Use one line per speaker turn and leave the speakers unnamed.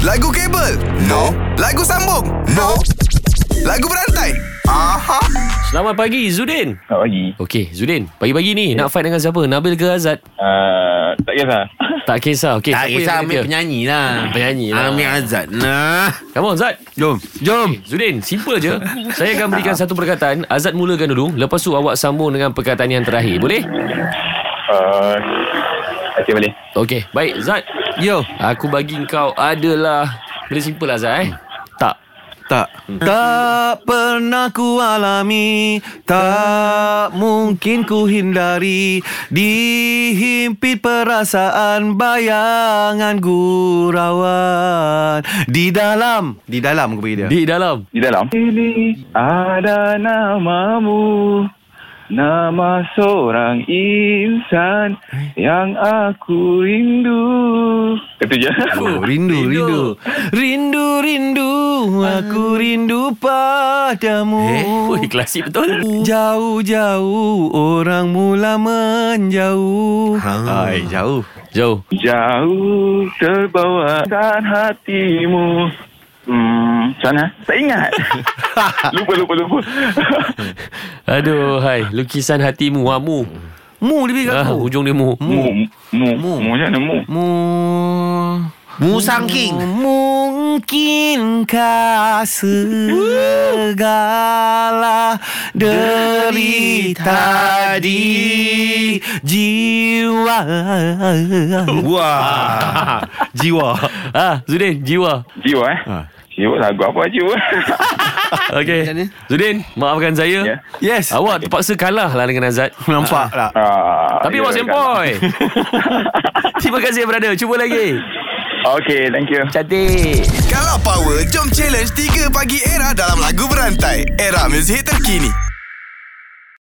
Lagu kabel? No. Lagu sambung? No. Lagu berantai? Aha.
Selamat pagi Zudin.
Selamat pagi.
Okey, Zudin. Pagi-pagi ni nak fight dengan siapa? Nabil ke Azad?
Uh, tak kisah.
Tak kisah. Okey,
Tak
siapa yang
kisah Eh, ambil
kata?
penyanyi lah
Penyanyi lah.
Ambil Azad Nah
Come on Zat.
Jom Jom
Zudin, simple je. Saya akan berikan satu perkataan. Azad mulakan dulu. Lepas tu awak sambung dengan perkataan yang terakhir. Boleh?
Uh, okay, boleh.
Okey, baik. Zat,
Yo
aku bagi kau adalah... Boleh simple lah Zat eh? Tak.
Tak Tak pernah ku alami Tak mungkin ku hindari Dihimpit perasaan Bayangan gurauan Di dalam Di dalam aku bagi dia
Di dalam.
Di dalam. Ini ada namamu. Nama seorang insan yang aku rindu. Itu je.
Oh, rindu, Hmm. rindu, rindu, rindu, aku rindu padamu.
Ui, Oh, klasik betul.
Jauh-jauh orang mula menjauh. Ha. Ai, jauh.
Jauh.
Jauh terbawa dan hatimu. Hmm, sana? Tak ingat. lupa, lupa, lupa.
Aduh, hai. Lukisan hatimu, wamu.
Mu lebih kat
Ah,
aku.
hujung dia mu.
mu, mu, mu,
Mu.
mu, macam mana mu?
Mu
Musang King
Mungkinkah segala derita di jiwa Wah Jiwa
Ah, Zudin, jiwa.
Jiwa eh?
Ha.
Jiwa lagu apa jiwa?
Okey. Zudin, maafkan saya.
Ya.
Yes
Awak terpaksa kalah lah dengan Azad.
Nampak lah
Ah,
Tapi
ya,
awak
kan.
sempoi. Terima kasih brother. Cuba lagi.
Okay, thank you.
Cantik.
Kalau power, jom challenge 3 pagi era dalam lagu berantai. Era muzik terkini.